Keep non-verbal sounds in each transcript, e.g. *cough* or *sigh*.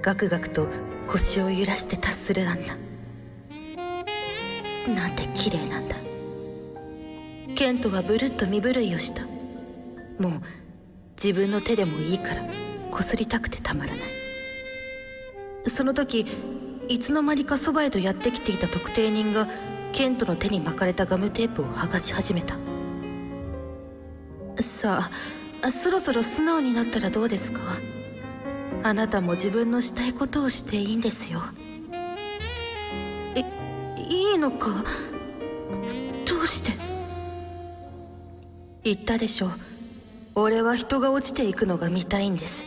ガクガクと腰を揺らして達するアンナなんて綺麗なんだケントはブルッと身震いをしたもう自分の手でもいいからこすりたくてたまらないその時いつの間にかそばへとやってきていた特定人がケントの手に巻かれたガムテープを剥がし始めたさあそろそろ素直になったらどうですかあなたも自分のしたいことをしていいんですよえいいのかどうして言ったでしょ俺は人が落ちていくのが見たいんです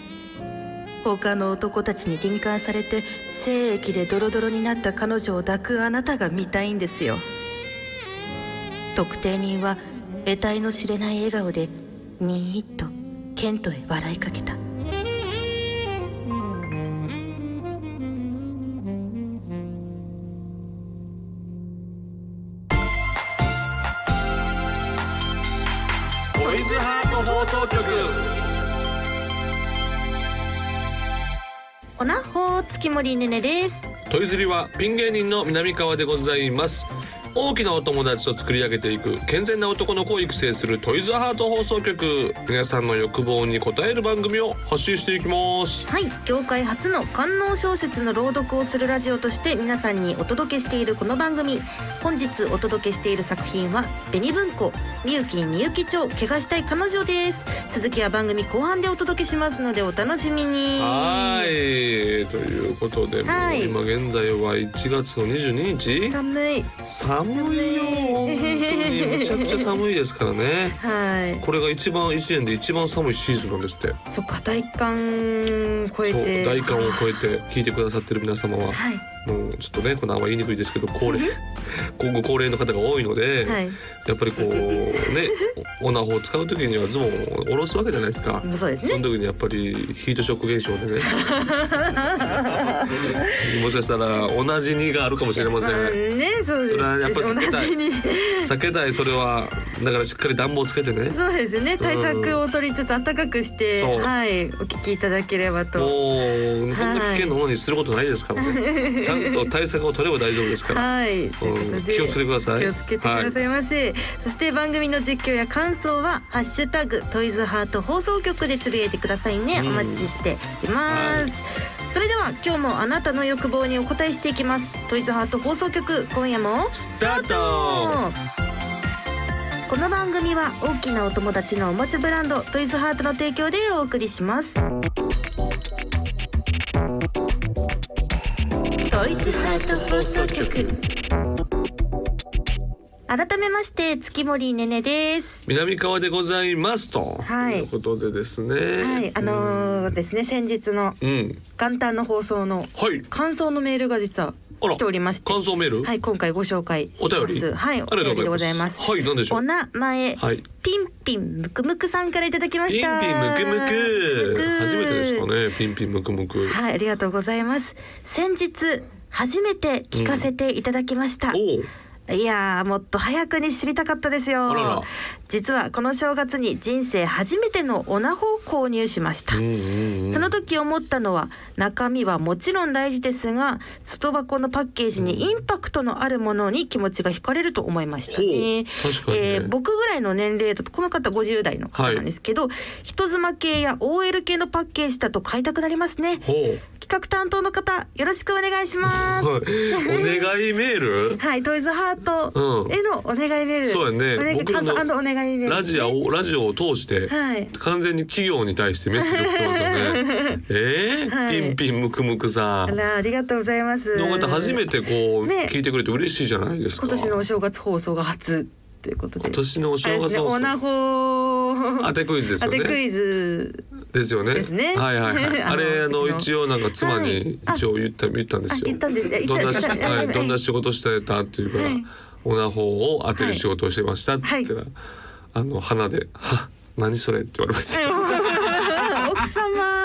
他の男たちに敏感されて精液でドロドロになった彼女を抱くあなたが見たいんですよ特定人は得体の知れない笑顔でにーっとケントへ笑いかけたトイズハート放送局おなほ月森ねねですトイズリはピン芸人の南川でございます大きなお友達と作り上げていく健全な男の子を育成するトイズハート放送局皆さんの欲望に応える番組を発信していきますはい業界初の官能小説の朗読をするラジオとして皆さんにお届けしているこの番組本日お届けしている作品は「紅文庫みゆきみゆき町怪我したい彼女」です続きは番組後半でお届けしますのでお楽しみにはいということで、もうはい今現在は1月の22日寒い寒いよ本当にむちゃくちゃ寒いですからねはいこれが一番1年で一番寒いシーズンなんですってそっか体感超えそうて大寒を超えて聞いてくださってる皆様ははいもうちょっとねこのあんま言いにくいですけど高齢今後高齢の方が多いので、はいやっぱりこうねオナホを使う時にはズボンを下ろすわけじゃないですか。もうそうですそねの時にやっぱりヒートショック現象でね *laughs* もしかしたら同じ荷があるかもしれませあんねそうですそれはやっぱり避けたい同じに避けたいそれはだからしっかり暖房つけてねそうですね対策を取りつつ暖かくして、そうはいお聞きいただければともうそんな危険なものにすることないですからねちゃんと対策を取れば大丈夫ですからはい、ということで気をつけてください気をつけてくださいませ、そして番組の実況や感想は「ハッシュタグトイズハート放送局」でつぶやいてくださいね、うんお待ちしています、はいそれでは今日もあなたの欲望にお答えしていきますトイズハート放送局今夜もスタートこの番組は大きなお友達のおもちゃブランドトイズハートの提供でお送りしますトイズハート放送局改めまして月森ねねです南川でございますと、はいいうことでですね。はいあのーですね先日のうん、元旦の放送のはい。感想のメールが実はあら来ておりまして感想メール。はい今回ご紹介しお便まり。すはいお便りでございますはい、なんでしょおう。名前、はい。ピンピンムクムクさんからいただきまピしンピンたムクムムクク。初めてですかね。ピンピンムクムク。はいありがとうございます先日初めて聞かせていただきました、おう。いやーもっと早くに知りたかったですよあらら実はこの正月に人生初めてのオナホを購入しました、うんうんうん。その時思ったのは中身はもちろん大事ですが外箱のパッケージにインパクトのあるものに気持ちが惹かれると思いましたね。ほう確かにねえー僕ぐらいの年齢だとこの方50代の方なんですけど、人妻系や OL 系のパッケージだと買いたくなりますね。ほう。企画担当の方よろしくお願いします。 *laughs* はい。お願いメール。はい、トイズハートへのお願いメール。そうやねお願い僕ら感の想お願いメール。ラジオをラジオを通して、はい完全に企業に対してメッセージ送ってますよね。えーはいピンピンムクムクさあん。らありがとうございます。の方初めてこう、ね聞いてくれて嬉しいじゃないですか。今年のお正月放送が初ということで今年のあおれ正ですね月放オ送ナホ当てクイズです当よてクね。イズですよね。ですねはいはいは *laughs* い。あのあれあの時の一応なんか妻にはい一応言った言ったんですよ。あ言ったんですねどんな言っしちゃったはいどんな仕事してたっていうからはいオナホを当てる仕事をしてましたって言ったら *laughs* あの鼻では何それって言われました。奥様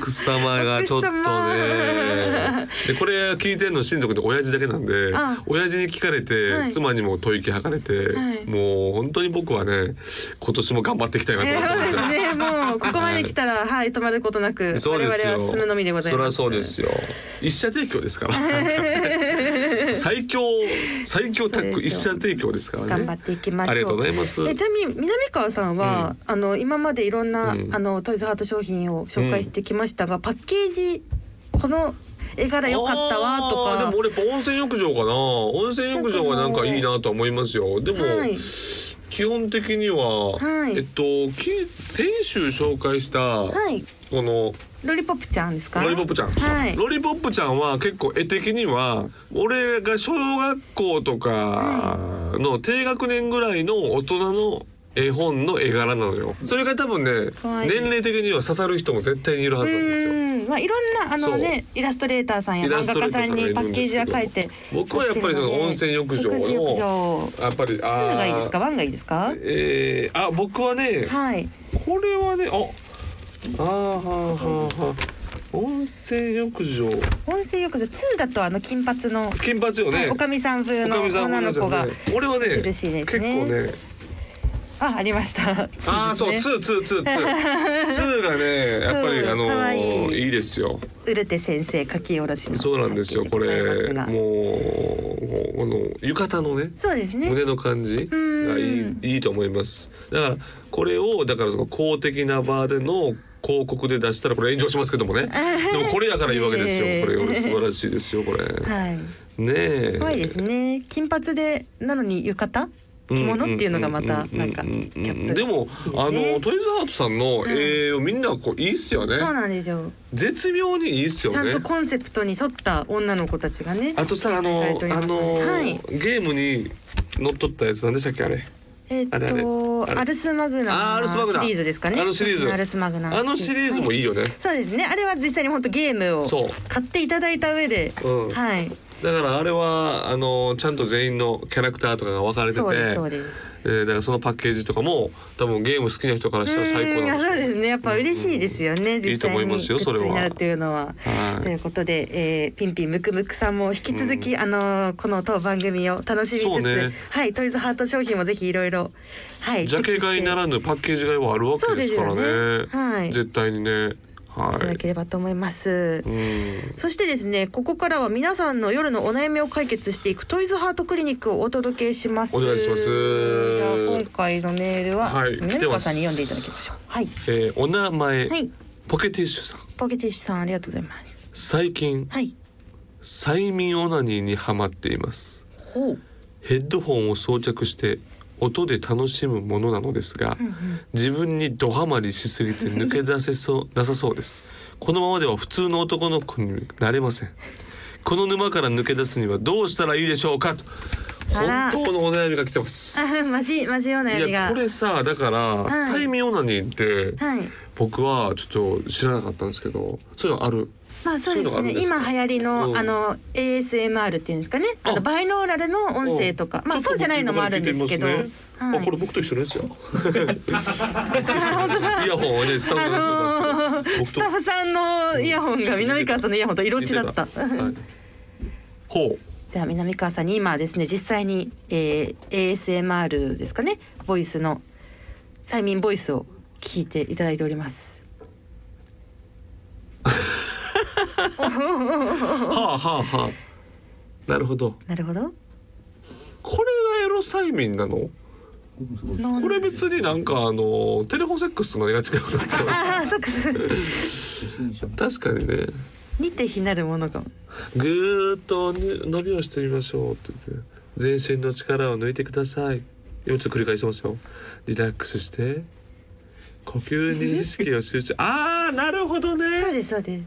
奥様がちょっとね奥様でこれ聞いてるの親族で親父だけなんであ親父に聞かれて、はい妻にも吐息吐かれて、はいもう本当に僕はね今年も頑張っていきたいなと思ってそうまですすね。よ。もうここまで来たら、はい、止まることなく、我そう々ではすよ。進むのみでございます。そりゃそうで。すよ。一社提供ですから。 *laughs* 最強最強タそッうグで一すよ社提供ですからね。頑張っていきましょうありがとうございます。えちなみに南川さんは、あの今までいろんな、うんあのトイズハート商品を紹介してきましたが、パッケージこの絵柄良かったわとあーかでも俺やっぱ温泉浴場かな。温泉浴場はなんかいいなとは思いますよ。でも、はい基本的には、はいえっとき先週紹介した、はいこのロリポップちゃんですかロリポップちゃん、はいロリポップちゃんは結構絵的には俺が小学校とかの低学年ぐらいの大人の絵本の絵柄なのよそれが多分ねかわいい年齢的には刺さる人も絶対にいるはずなんですうよんまあいろんなあそのうねイラストレーターさんやイラ漫スト画レ家ーターささんんがいにるんですけどパッケージは書いて僕はやっぱりその温泉浴場の温泉浴場やっぱり2がいいですかあー1がいいですかえー、あ僕はね、はいこれはねああーはーはーはー温泉浴場温泉浴場2だとあの金髪の金髪よね、おかみさん風のおかみさんも女のいます子よが、ね俺はね苦しいですね結構ねあありましたああそうですツねーツ *laughs* ーツーツーツーがねやっぱりうんあのかわいいいいですようるて先生書き下ろしのそうなんですよこれもううこの浴衣のねそうですね胸の感じがいいうんいいと思いますだからこれをだからその公的な場での広告で出したらこれ炎上しますけどもねでもこれやからいいわけです *laughs* よええこれ素晴らしいですよこれねはいえ怖いですね金髪でなのに浴衣着物っていうのがまたなんかキャうんうんうんうんップでもいいあねのトイズハートさんの絵をみんなこういいっすよねそうなんですよ絶妙にいいっすよちゃんねとコンセプトに沿った女の子たちがねあとさあのされておりまあすのはいゲームに乗っ取ったやつなんでしたっけあれえっあれあれあれとアルスマグあーナアムルのスマグナシリーズですかねあのシリーズアルスマグナムあのシリーズもいいよねそうですねあれは実際に本当ゲームそをう買っていただいた上で、うんはいだからあれはあのちゃんと全員のキャラクターとかが分かれてそうですそうてですえーだからそのパッケージとかも多分ゲーム好きな人からしたら最高うなんんあそうでですすねやっぱ嬉しいですよね、いい実と際思にいますよそれはグッズになるというのは。はいということで、えー、ピンピンムクムクさんも引き続き、あのーこの当番組を楽しみつそうつ、ねはいトイズハート商品もぜひいろいろはいジャケ買いなチェックら *laughs* ぬパッケージ買いはあるわけですからそうでねすよねはい絶対にねしていたはだければと思います。い、うんそしてですねここからは皆さんの夜のお悩みを解決していくトイズハートクリニックをお届けしますお願いしますじゃあ今回のメールは、はい南川さんに読んでいただきましょうはいえーお名前、はいポケティッシュさんポケティッシュさんありがとうございます最近はい催眠オナニーにハマっていますほうヘッドホンを装着して音で楽しむものなのですが、自分にドハマりしす *laughs* ぎて抜け出せそうなさそうですこのままでは普通の男の子になれませんこの沼から抜け出すにはどうしたらいいでしょうかとあら本当のお悩みが来てますあ *laughs* マジマジお悩みいやがこれさだから、はい催眠オナニーって、はい僕はちょっと知らなかったんですけどそういうのあるまあそうですそういうのがあるねんですか今流行りの、うんあの ASMR っていうんですかねああとバイノーラルの音声とか、うんまあちょそっうじゃないのもあるんですけど、聞いてみますねはいあこれ僕と一緒のやつやイヤホンはねスタッあフののやつなんですけどー僕スとタッフさんのイヤホンが南川さんのイヤホンと色違った。はいほう *laughs* じゃあ南川さんに今ですね実際に、えー、ASMR ですかねボイスの催眠ボイスを聞いていただいております。はあはあはあなるほどなるほど。これがエロ催眠なこのこれ別になんかあのテレフォンセックスと何が違うのってああそうかそうか。 *laughs* 確かにね似て非なるものかも。ぐーっと伸びをしてみましょうって言って全身の力を抜いてください4つ繰り返しますよリラックスして呼吸に意識を集中あーなるほどそうねですそうです。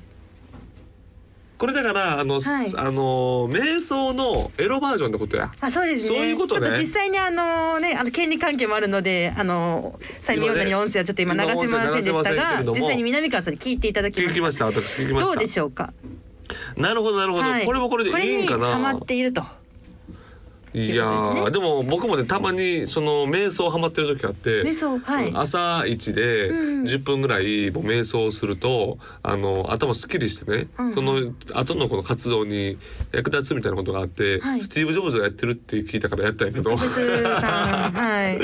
これだからあの、はいあの瞑想のエロバージョンってことやあそうですね。そういうことねちょっと実際にあのねあの権利関係もあるのであの催眠今音ね声の音声はちょっと今流せませんでした今音声流せませんけがれども実際に南川さんに聞いていただき聞ましきた。ました私聞きましたどうでしょうか。なるほどなるほど、これもこれでいいんかこれにハマなっていると。いやということーですでも僕もねたまにその瞑想ハマってる時あって瞑想はいうん朝一でうん10分ぐらいもう瞑想をすると、あの頭すっきりしてね、うんその後のこの活動に役立つみたいなことがあって、はいスティーブ・ジョブズがやってるって聞いたからやったんやけど哲さん *laughs* はい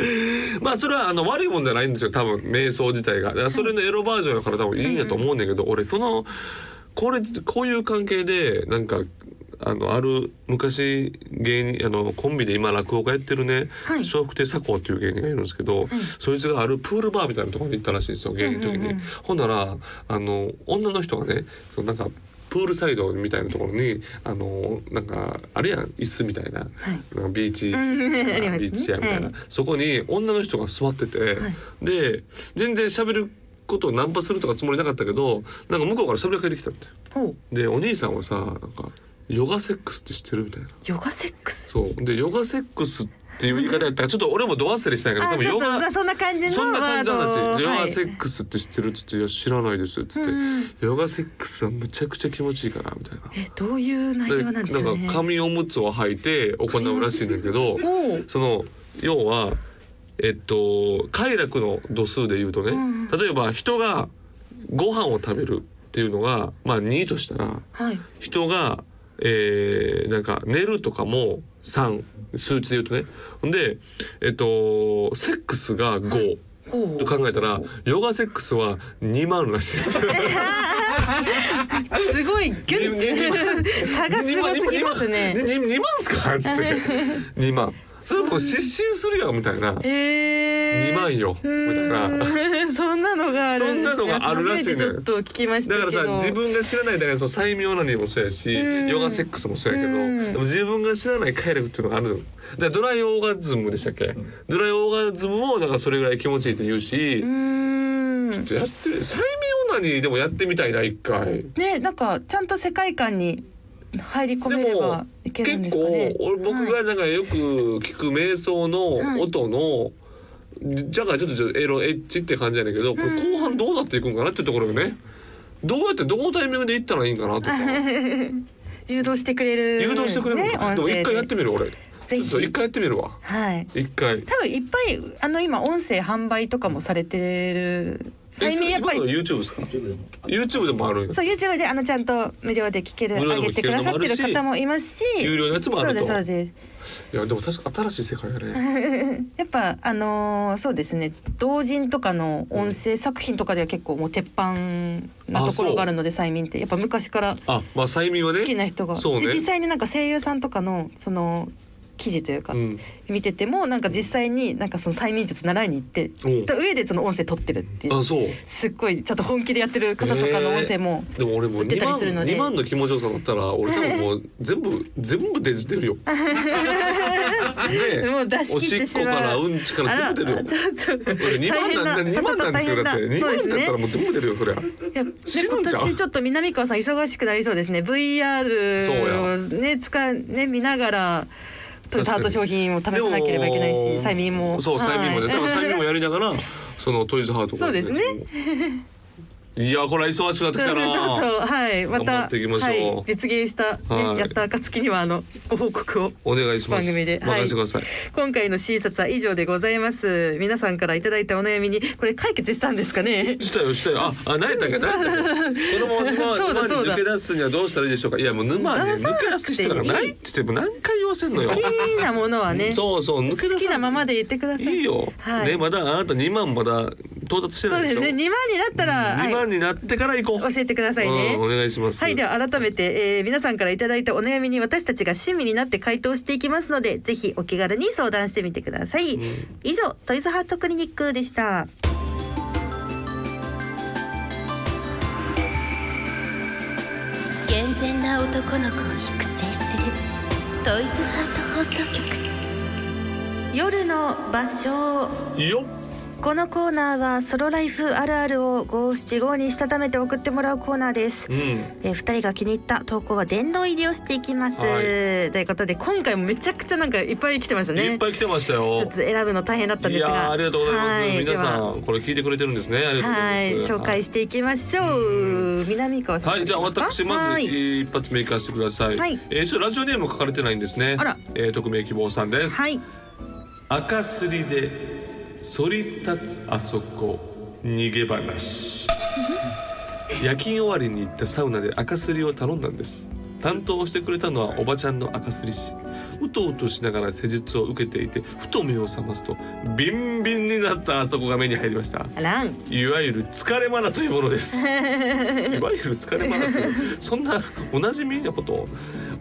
まあそれはあの悪いもんじゃないんですよ多分瞑想自体がだからそれのエロバージョンやから多分いいんやと思うんだけど、俺そのこれこういう関係でなんかあのある昔芸人あのコンビで今落語家やってるねはい笑福亭佐光っていう芸人がいるんですけど、そいつがあるプールバーみたいなところに行ったらしいんですよ芸人の時に。うんうんうんほんならあの女の人がねそのなんかプールサイドみたいなところにあのなんかあれやん椅子みたいな,、なんかビーチ、うん *laughs* ありますねビーチチェアみたいな、はいそこに女の人が座ってて、で全然喋ることをナンパするとかつもりなかったけどなんか向こうから喋りかけてきたんだよ。ほうでお兄さんはさなんかヨガセックスって知ってるみたいな。ヨガセックスそうでヨガセックスっていう言い方やったらちょっと俺もド忘れしたんやけどあ多分ちょヨっとガまあそんな感じのそんな感じなんだし、ワードヨはガいセックスって知ってるっつって「いや知らないです」っつって、うんヨガセックスはむちゃくちゃ気持ちいいから」みたいな。えどういう内容なんでしょうなねんか紙おむつを履いて行うらしいんだけどおうその要はえっと快楽の度数で言うとね、うん例えば人がご飯を食べるっていうのがまあ2としたらはい人が、えーなんか寝るとかも3数値で言うとねほんでえっとセックスが5。ほうと考えたらヨガセックスは2万らしいですよ。すごいギュににッて差 *laughs* がすごすぎますね。 2, 万すかっつって2万。 *laughs* それもう失神するよみたいな。えー、 2万よみたいな。な。 *laughs* そんなのがあるんですそんなのがあるらしいね初めてちょっと聞きましただけからど。さ自分が知らないだからその催眠オナニーもそうやしんヨガセックスもそうやけどうんでも自分が知らない快楽っていうのがあるだからドライオーガズムでしたっけドライオーガズムもなんかそれぐらい気持ちいいって言うしうーん。やってる催眠オナニーでもやってみたいな一回。ねなんかちゃんと世界観に入り込でめれもばいけるんですかね。結構俺僕はがなんかよく聞く瞑想の音の、じゃがちょっとちょっとエロエッチって感じやねんけどこれ後半どうなっていくんかなっていうところがねどうやってどのタイミングで行ったらいいんかなとかい誘導してくれる誘導してくれるのねか、音でも声一回やってみる俺ぜひちょっと一回やってみるわはい。一回多分いっぱいあの今音声販売とかもされてる催眠やっぱりえ今の YouTube ですか YouTube でもあるんやそう YouTube であのちゃんと無料で聞ける無料で上もげてくださってる聞けるの方ももいますし有料のやつもあるとそうですそうですいやでも確か新しい世界やねやっぱあのーそうですね同人とかの音声作品とかでは結構もう鉄板なところがあるので催眠ってやっぱ昔からあまあ催眠はね好きな人が、そうねで実際になんか声優さんとかのその記事というか、うん見ててもなんか実際になんかその催眠術習いに行っておうた上でその音声取ってるっていうあそうすっごいちょっと本気でやってる方とかの音声も、えーでも俺もう出2たり万するので2万の気持ちよさだったら俺多分 *laughs* もう全部全部出出るよ。ねえもう出しおし切ってっしまこうからうんちから全部出るあよら。ちょっと俺2万なんだ2万なんですよだって2万だったらもう全部出るよそりゃ。いやで死ぬん今ちゃう年ちょっと南川さん忙しくなりそうですね VR をね使うね見ながらトヨタート商品を試さでもなければいけないし催眠もそう催眠もはいね。だから催眠もやりな *laughs* がらそのトイズハートもやってそうですいやこれは忙しくなって *laughs* きちょったとな。はいま頑張たっていきましょうはい実現したね、はいやった暁にはあのご報告をお願いします。番組ではい任せてください。今回の C 冊は以上でございます皆さんからいただいたお悩みにこれ解決したんですか *laughs* ねしたよしたよああ何やったっけ何やったっけこのまま沼そうだ沼にそうだ抜け出すにはどうしたらいいでしょうかいやもう沼に騙さな抜くていけい出す人がないって言っても何回言わせんのよ好きなものはねそうそう抜け出好すきなままで言ってくださいいいよ、はいねまだあなた2万まだ到達してそなういででしすょね2万になったら、 2は万になってから行こう、い、教えてくださいね、うんお願いしますはいでは改めて、えー皆さんからいただいたお悩みに私たちが親身になって回答していきますのでぜひお気軽に相談してみてください、以上トイズハートクリニックでした健全な男の子を育成するトイズハート放送局夜の場所よっこのコーナーはソロライフあるあるを五七五にしたためて送ってもらうコーナーですう。んえー、2人が気に入った投稿は殿堂入りをしていきます、はいということで今回もめちゃくちゃなんかいっぱい来てましたねいっぱい来てましたよちょっと選ぶの大変だったんいですがやーありがとうございます、はい皆でさはんこれ聞いてくれてるんですねありがとうごはざいいます紹介していきましょう、南川さんはい、じゃあ私まずはい一発目いかせてください。はいえーちょっとラジオネーム書かれてないんですね。あらえー匿名希望さんです。はい赤すりで反り立つあそこ逃げ話夜勤終わりに行ったサウナで赤すりを頼んだんです担当してくれたのはおばちゃんの赤すり師うとうとしながら施術を受けていてふと目を覚ますとビンビンになったあそこが目に入りましたランいわゆる疲れマナというもので *laughs* すいわゆる疲れマナというそんなおなじみのことを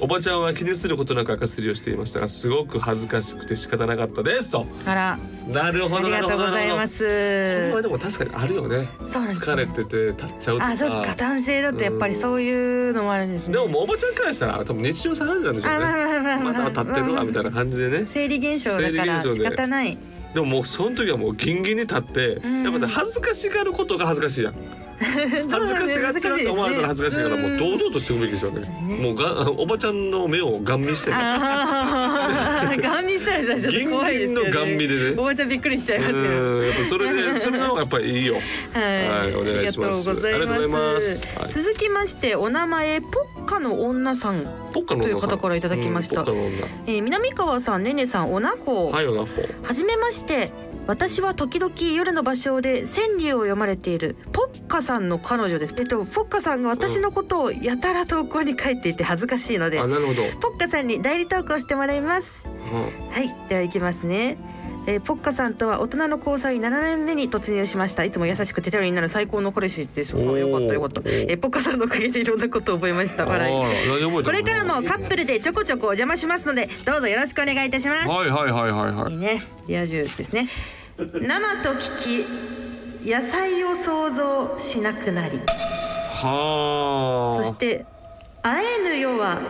おばちゃんは気にすることなく赤すりをしていましたがすごく恥ずかしくて仕方なかったですとあらなるほあどりながるほとうどございまなるほどこれはすでも確かにあるよねそうなんですよ疲れてて立っちゃうとかあそうか男性だとやっぱりそういうのもあるんですねでももうおばちゃんからしたら多分日常茶飯事なんでしょあまあうねまあまあまあまだ立ってるわみたいな感じでね生理現象だから生理現仕象で方ないでももうその時はもうギンギンに立って、んやっぱさ恥ずかしがることが恥ずかしいやん。恥ずかしがってると思われたら恥ずかしいからもう堂々としてくべきですよね。もうがおばちゃんの目をガン見して *laughs* ね。あーガン見したらじゃあち *laughs* ょっと怖いですけどねギンギンのガン見でねおばちゃんびっくりしちゃいますようんやっぱそれでそれの方がやっぱりいいよ。はい、はいお願いしますありがとうございます。ありがとうございますはい続きましてお名前ポッカの女さん、ポッカの女さんという方からいただきましたうんポッカの女。えー、南川さん、ねねさん、おなこ、はいよなほ。はじめまして。私は時々夜の場所で川柳を読まれているポッカさんの彼女です。えっとポッカさんが私のことをやたら投稿に書いていて恥ずかしいので、あなるほど。ポッカさんに代理投稿してもらいます。うんはい、では行きますね。えーポッカさんとは大人の交際7年目に突入しましたいつも優しくて頼りになる最高の彼氏ですおーよかったよかった、えーポッカさんのおかげでいろんなことを覚えましたあ笑いー何覚えてるのこれからもカップルでちょこちょこお邪魔しますのでどうぞよろしくお願いいたします、はいはいはいはいはいい。いねリア充ですね生と聞き野菜を想像しなくなりはあ。そして会えぬ世は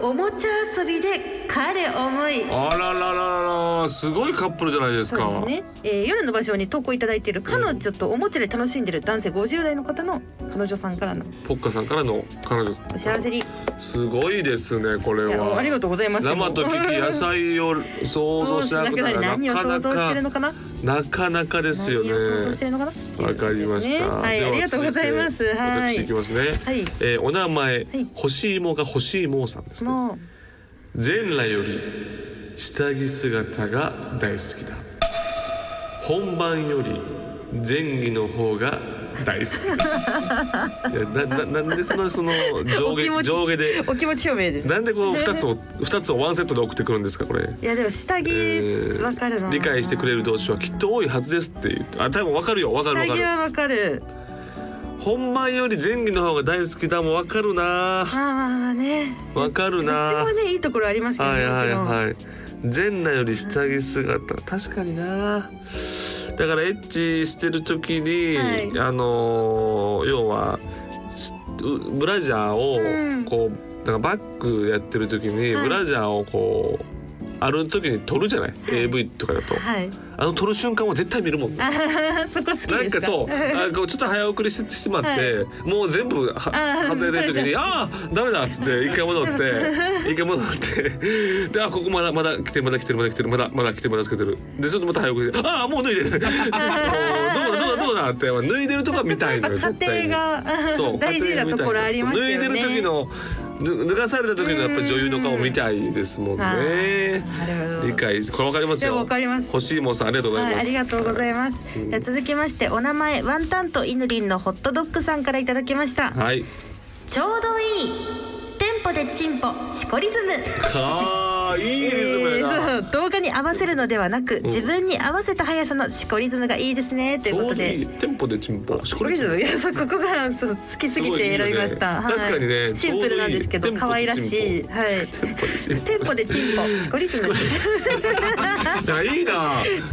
おもちゃ遊びで彼思いあららららすごいカップルじゃないですか。そうですね、えー夜の場所に投稿いただいている彼女とおもちゃで楽しんでる男性50代の方の彼女さんからのポッカさんからの彼女。お幸せにいすごいですねこれやは。ありがとうございます生と聞き野菜を想想像像ししななくくななりる何をなか想な像してるのかかななかなかですよね何を想像してるのかなわかりました、ねはいでありがとうございます続てはい私いきますね、はいえーお名前、い欲しいもが欲しいもうさんですねもう全裸より下着姿が大好きだ本番より前着の方が大好 *laughs* きだいやなななんでそのその上お気持下ち上下でお気持ち表明ですなんでこう二つを二つをワンセットで送ってくるんですかこれいやでも下着えーわかるな理解してくれる同士はきっと多いはずですって言ってあ多分わかるよわかるわ下か着るはわかる本番より前期の方が大好きだもんわかるなまあまあまあねわかるどっちなもねいいところありますけどはねいはいもはい全裸より下着姿確かになだからエッチしてる時に、はいあのー要はしうブラジャうーんをこう、だからバックやってる時にはいブラジャーをこう、ある時に撮るじゃない、AV とかだちと、ろんはい *laughs* あの撮る瞬間は絶対見るもんねあははそこ好きですかなん *laughs* かそうあこうちょっと早送りしてしまって、もう全部はー外れてる時に「ああーダメだ」っつって一回 *laughs* 戻って一回戻ってで「あここまだまだ来てるまだ来てるまだ来てるまだまだ来てるまだ来てる」でちょっとまた早送りして「ああもう脱い *laughs* でる」あもう「どうだどうだどうだ」って脱いでるとか見たいのよ過絶対程に。がそ *laughs* う大事なところありますよね脱いでる時のぬ脱がされた時のやっぱり女優の顔見たいですもんあね。理解これわかりますでよ。もわかります欲しいもんさんありがとうございはまい、す。ありがとうございます。んじゃあ続きましてお名前ワンタンとイヌリンのホットドッグさんからいただきました。はい。ちょうどいいテンポでチンポシコリズムかあいいリズムやな。えーそう動画に合わせるのではなく、自分に合わせた速さのシコリズムがいいですねということちょうどいいで。テンポでチンポシコリズムいやそうここがそう好きすぎて選びました。すごいいいよね確かにねシンプルなんですけちどょうどいい可愛らしい。テンポはい。テンポでチンポテンポでチ *laughs* ンポシコリズム。いやいいな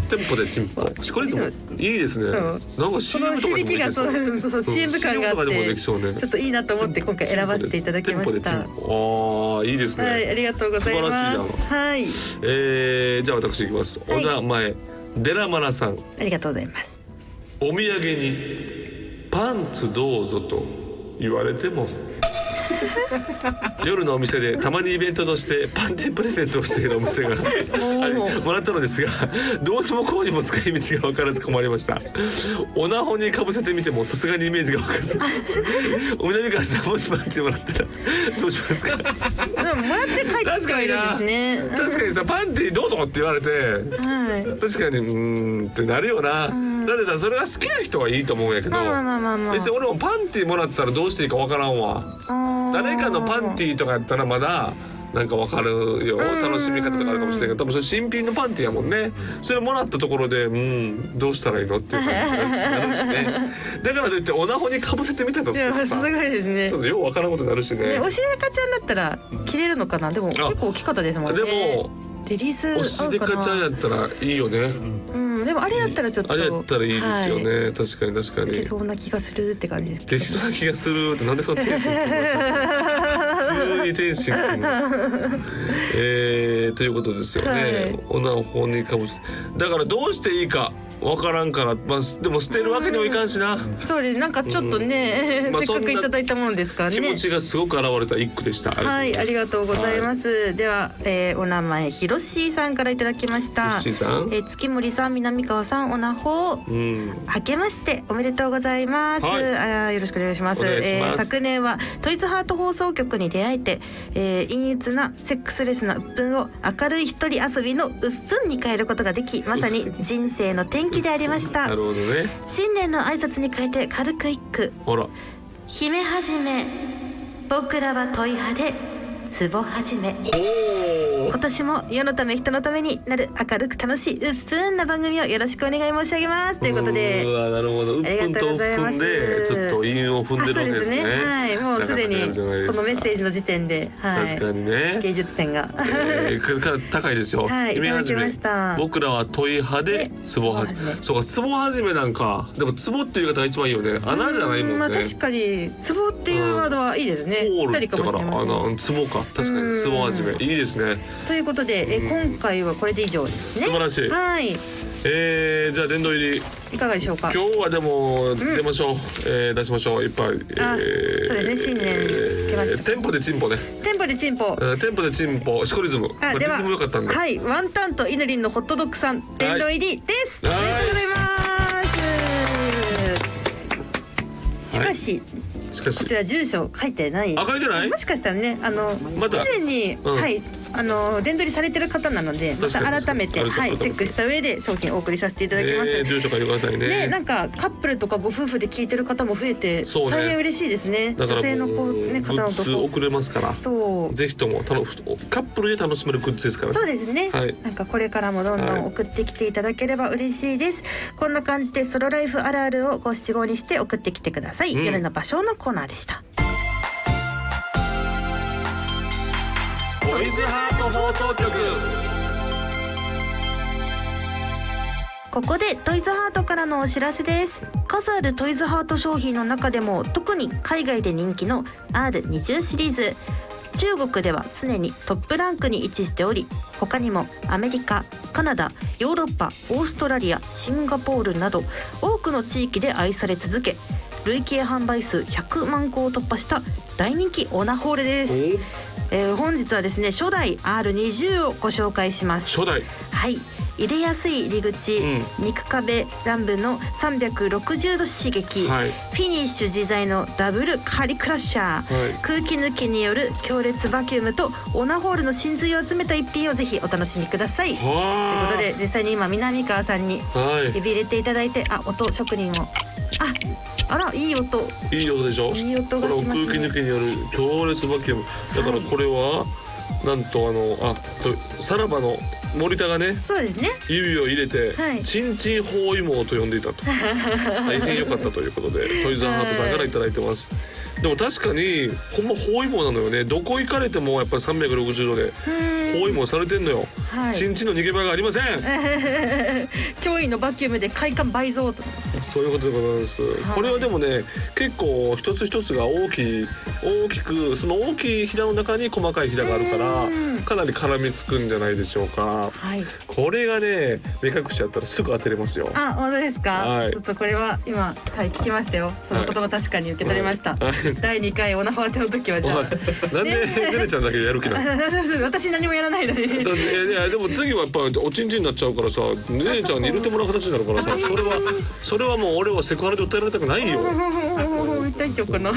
テンポでチンポシコリズムいいですねうなんんかこ CM のとか響にもきでがきそそううそう CM 感があっうん CM とかでもてできそうねちょっといいなと思って今回選ばせていただきましテンたポで。チンポああいいですねはい、ありがとうございます。素晴らしいなはい、えーじゃあ私いきますはおい名前デラマラさんありがとうございますお土産にパンツどうぞと言われて *laughs* も夜のお店でたまにイベントとしてパンティプレゼントをしているお店がありもらったのですがどうにもこうにも使い道が分からず困りましたおなほにかぶせてみてもさすがにイメージが分かずお南川さんもしパンティもらったらどうします *laughs* かでももらって帰って確きてかにるなでんすね確かにさパンティどうぞって言われてはい確かにうーんってなるよな、だってさそれが好きな人はいいと思うんやけど、まあまあまあまあ別に俺もパンティもらったらどうしていいかわからんわ誰かのパンティとかやったらまだなんかわかるよ楽しみ方とかあるかもしれないけど多分それ新品のパンティやもんねそれもらったところでうんどうしたらいいのっていう感じになる *laughs* しねだからといってオナホにかぶせてみたといすやるとすさごいでちすょっねとようわからんことになるしねねおしなかちゃんだったら着れるのかなでも結構大きかったですもんねでもレディース合うかなおしでかちゃんやったらいいよねうんでもあれやったらちょっとあれやったらいいですよね、確かに確かはい、いけにそうな気がするって感じですできそうな気がするってなんでその天心君がさ急に天心君がさえー、ということですよね、はいオナホにかもしだからどうしていいかわからんから、まあ、でも捨てるわけにもいかんしな、そうですなんかちょっとね、うんまあ *laughs* せっかくいただいたものですからね気持ちがすごく現れた一句でしたはい、ありがとうございますす。では、えー、お名前ひろしーさんからいただきました。ひろしーさんえー月森さん、南川さん、おなほ。はいうん明けましておめでとうございます。はいあーよろしくお願いします。お願いしますー昨年はトイズハート放送局に出会えて、えー、陰鬱なセックスレスな鬱憤を明るい一人遊びの鬱憤に変えることができ、まさに人生の転機でありましなたる。ほどね新年の挨拶に変えて軽く一句。ほら姫はじめ僕らは問い派でツボはじめほ今年も世のため人のためになる明るく楽しいうっぷんな番組をよろしくお願い申し上げますということうでわなるほどうっありがぷとんうとうごっざいぷまんすでちょっと韻を踏んでるわけですねはいもうすでにこなかなかやるじゃないですのかメッセージの時点で、はい、確かにね芸術点がえーこれから *laughs* 高いですよ。はい夢始めいただきました僕らは問い派ででツボは壺じめはじ。めそうかツボはじめなんか。でもツボっていう言い方が一番いいよね。穴じゃないもんね。まあ確かにツボっていうワードはいいですねぴっホーたルりだかもかしられませあんのツボか確かうにんツボはじめいいですね。ということで、えうん今回はこれで以上ですね素晴らしいはいえー、じゃあ殿堂入りいかがでしょうか今日はでも出ましょう、えー出しましょういっぱい。あそうですね新年明けまして店舗でチンポね。テンポでチンポうん店舗でチンポシコリズム。こあれでリはズム良かったんで。はいワンタンとイヌリンのホットドッグさん殿堂入りです、はいありがとうございます、はいしかししかしこちら住所書いてないあ書いてないもしかしたらねあの、また以前に、うんはいあの殿堂入りされてる方なのでま確かたに改めて確かはにいチェックした上で商品をお送りさせていただきます、えー住所書いてくださいね。ね、なんかカップルとかご夫婦で聞いてる方も増えて、そうね大変嬉しいですねだ女から性のこもうう、ね、方グのッとズこ送れますから。そうぜひともたのカップルで楽しめるグッズですから。そうですね、はいなんかこれからもどんどはいん送ってきていただければ嬉しいです、こんな感じでソロライフあるあるを五七五にして送ってきてください、うん夜の場所のコーナーでしたボイズハート放送局。ここでトイズハートからのお知らせです数あるトイズハート商品の中でも特に海外で人気の R20 シリーズ中国では常にトップランクに位置しており他にもアメリカカナダヨーロッパオーストラリアシンガポールなど多くの地域で愛され続け累計販売数100万個を突破した大人気オナホールです、おえー本日はですね初代 R20 をご紹介します初代。はい入れやすい入り口、うん肉壁乱舞の360度刺激、はいフィニッシュ自在のダブルカリクラッシャー、はい空気抜きによる強烈バキュームとオナホールの真髄を集めた一品をぜひお楽しみくださいというはことで実際に今南川さんにあ。は指入れていただいてあ音職人をああらいい音い。いい音でしょ。いい音がしますねこの空気抜きによる強烈バキューム。だからこれは、なんとあのあとさらばの森田がね。そうですね指を入れて、はいチンチン包囲網と呼んでいた *laughs* と大変良かったということでトイザンハートさんから頂いただいてます、でも確かにほんま包囲網なのよねどこ行かれてもやっぱり360度でうーん包囲網されてんのよはいちんちんの逃げ場がありません驚異のバキュームで快感倍増とそういうことでございますいこれはでもね結構一つ一つが大きい大きくその大きいひだの中に細かいひだがあるからうんかなり絡みつくんじゃないでしょうかはいこれがね目隠しやったらすぐ当てれますよあ本当ですか、はいちょっとこれは今はい聞きましたよその言葉確かに受け取りました、はい第2回お縄当ての時はじおゃ前 *laughs* なんでねねちゃんだけやる気なのだっあ *laughs* 私何もやらないのに *laughs* ていやいやでも次はやっぱりおちんちんになっちゃうからさねねちゃんに入れてもらう形になるからさそれはそれはもう俺はセクハラで訴えられたくないよ痛い曲のは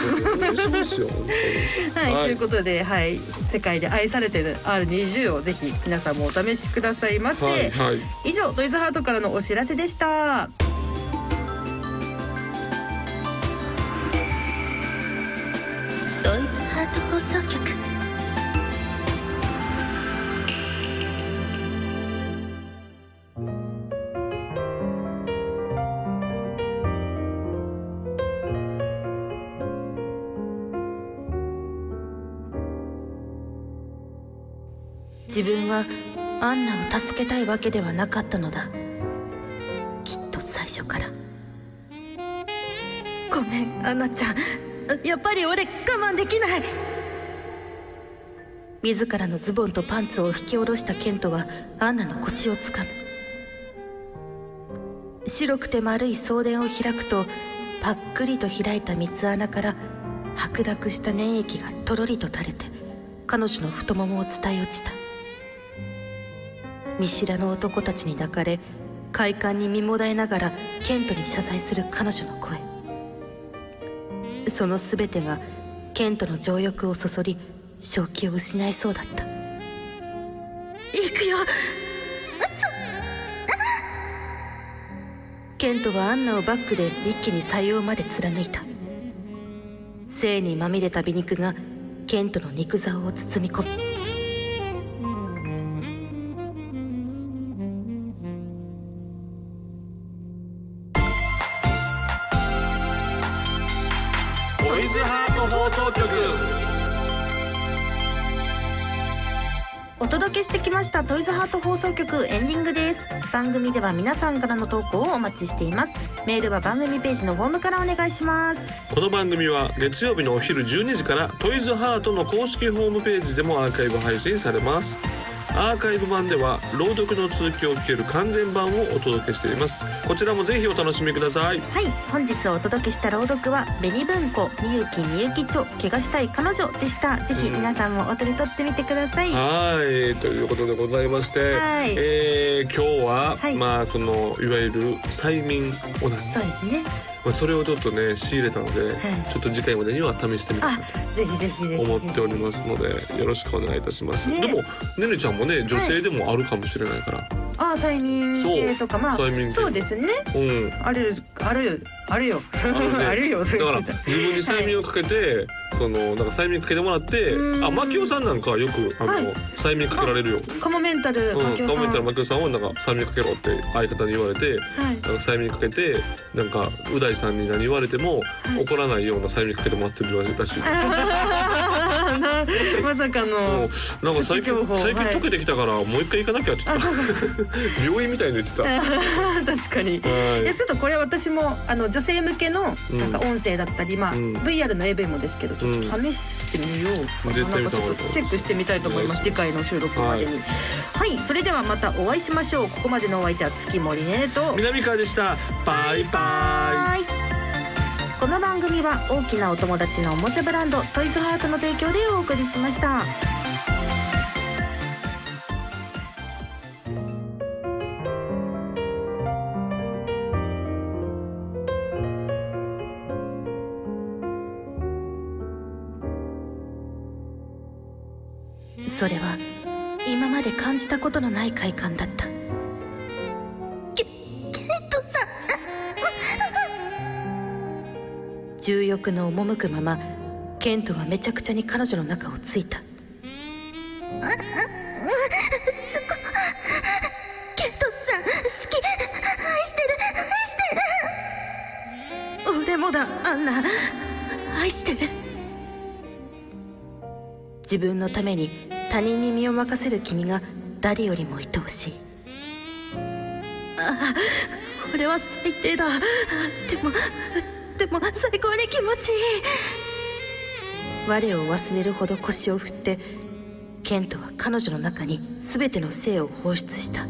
そうですよ本い、はいということで、はい、世界で愛されてる R20 をぜひ皆さんもお試しくださいませ、当にはいはい以上トイズハートからのお知らせでしたトイズハート放送局自分はアンナを助けたいわけではなかったのだきっと最初からごめんアンナちゃんやっぱり俺我慢できない自らのズボンとパンツを引き下ろしたケントはアンナの腰をつかむ白くて丸い送電を開くとパックリと開いた三つ穴から白濁した粘液がとろりと垂れて彼女の太ももを伝え落ちた見知らぬ男たちに抱かれ快感に身もだえながらケントに謝罪する彼女の声その全てがケントの情欲をそそり正気を失いそうだった行くよケントはアンナをバックで一気に採用まで貫いた性にまみれた美肉がケントの肉竿を包み込むトイズハート放送局お届けしてきましたトイズハート放送局エンディングです番組では皆さんからの投稿をお待ちしていますメールは番組ページのフォームからお願いしますこの番組は月曜日のお昼12時からトイズハートの公式ホームページでもアーカイブ配信されますアーカイブ版では朗読の続きを聞ける完全版をお届けしていますこちらもぜひお楽しみくださいはい本日お届けした朗読は「紅文庫みゆきみゆき著怪我したい彼女」でしたぜひ皆さんもお手に取ってみてください、はいということでございまして、はいえー今日は、はいまあそのいわゆる催眠オナニーそうですねまあ、それをちょっとね仕入れたので、ちょっと次回までには試してみたいあなとぜひぜひぜひ思っておりますのでよろしくお願いいたします、ねでもねねちゃんもね女性でもあるかもしれないから、あ催眠系とかまあ催眠系そうですねうんあるあるあるよああの *laughs* ねあるよだから自分に催眠をかけて、そのなんか催眠かけてもらってうんあマキオさんなんかはよくあの、はい催眠かけられるよ。カモメンタルうん、マキオさん、メンタルマキオさんはなんか催眠かけろって相方に言われてはいなんか催眠かけてなんかう大さんに何言われても怒らないような催眠かけてもらってるらしい。あな *laughs* まさかものうなんか最情近報最近はい溶けてきたからもう一回行かなきゃって言 *laughs* ってた病院みたいに言ってた。は確かにいやいちょっとこれ私もあの女性向けのなんか音声だったり、まあ、うん VR の AV もですけどちょっと試してみようかな,、絶対な見んかたち方がょいっいとと思うチェックしてみたいと思いますお次回の収録までにはい、それではまたお会いしましょうここまでのお相手は月森ねと南川でした。バイバイ。はいこの番組は大きなお友達のおもちゃブランドトイズハートの提供でお送りしました。それは今まで感じたことのない快感だった重欲の赴くままケントはめちゃくちゃに彼女の中をついたケントさん好き愛してる愛してる俺もだアンナ愛してる自分のために他人に身を任せる君が誰よりも愛おしいああ俺は最低だでもでも最高に気持ちいい我を忘れるほど腰を振ってケントは彼女の中に全ての性を放出した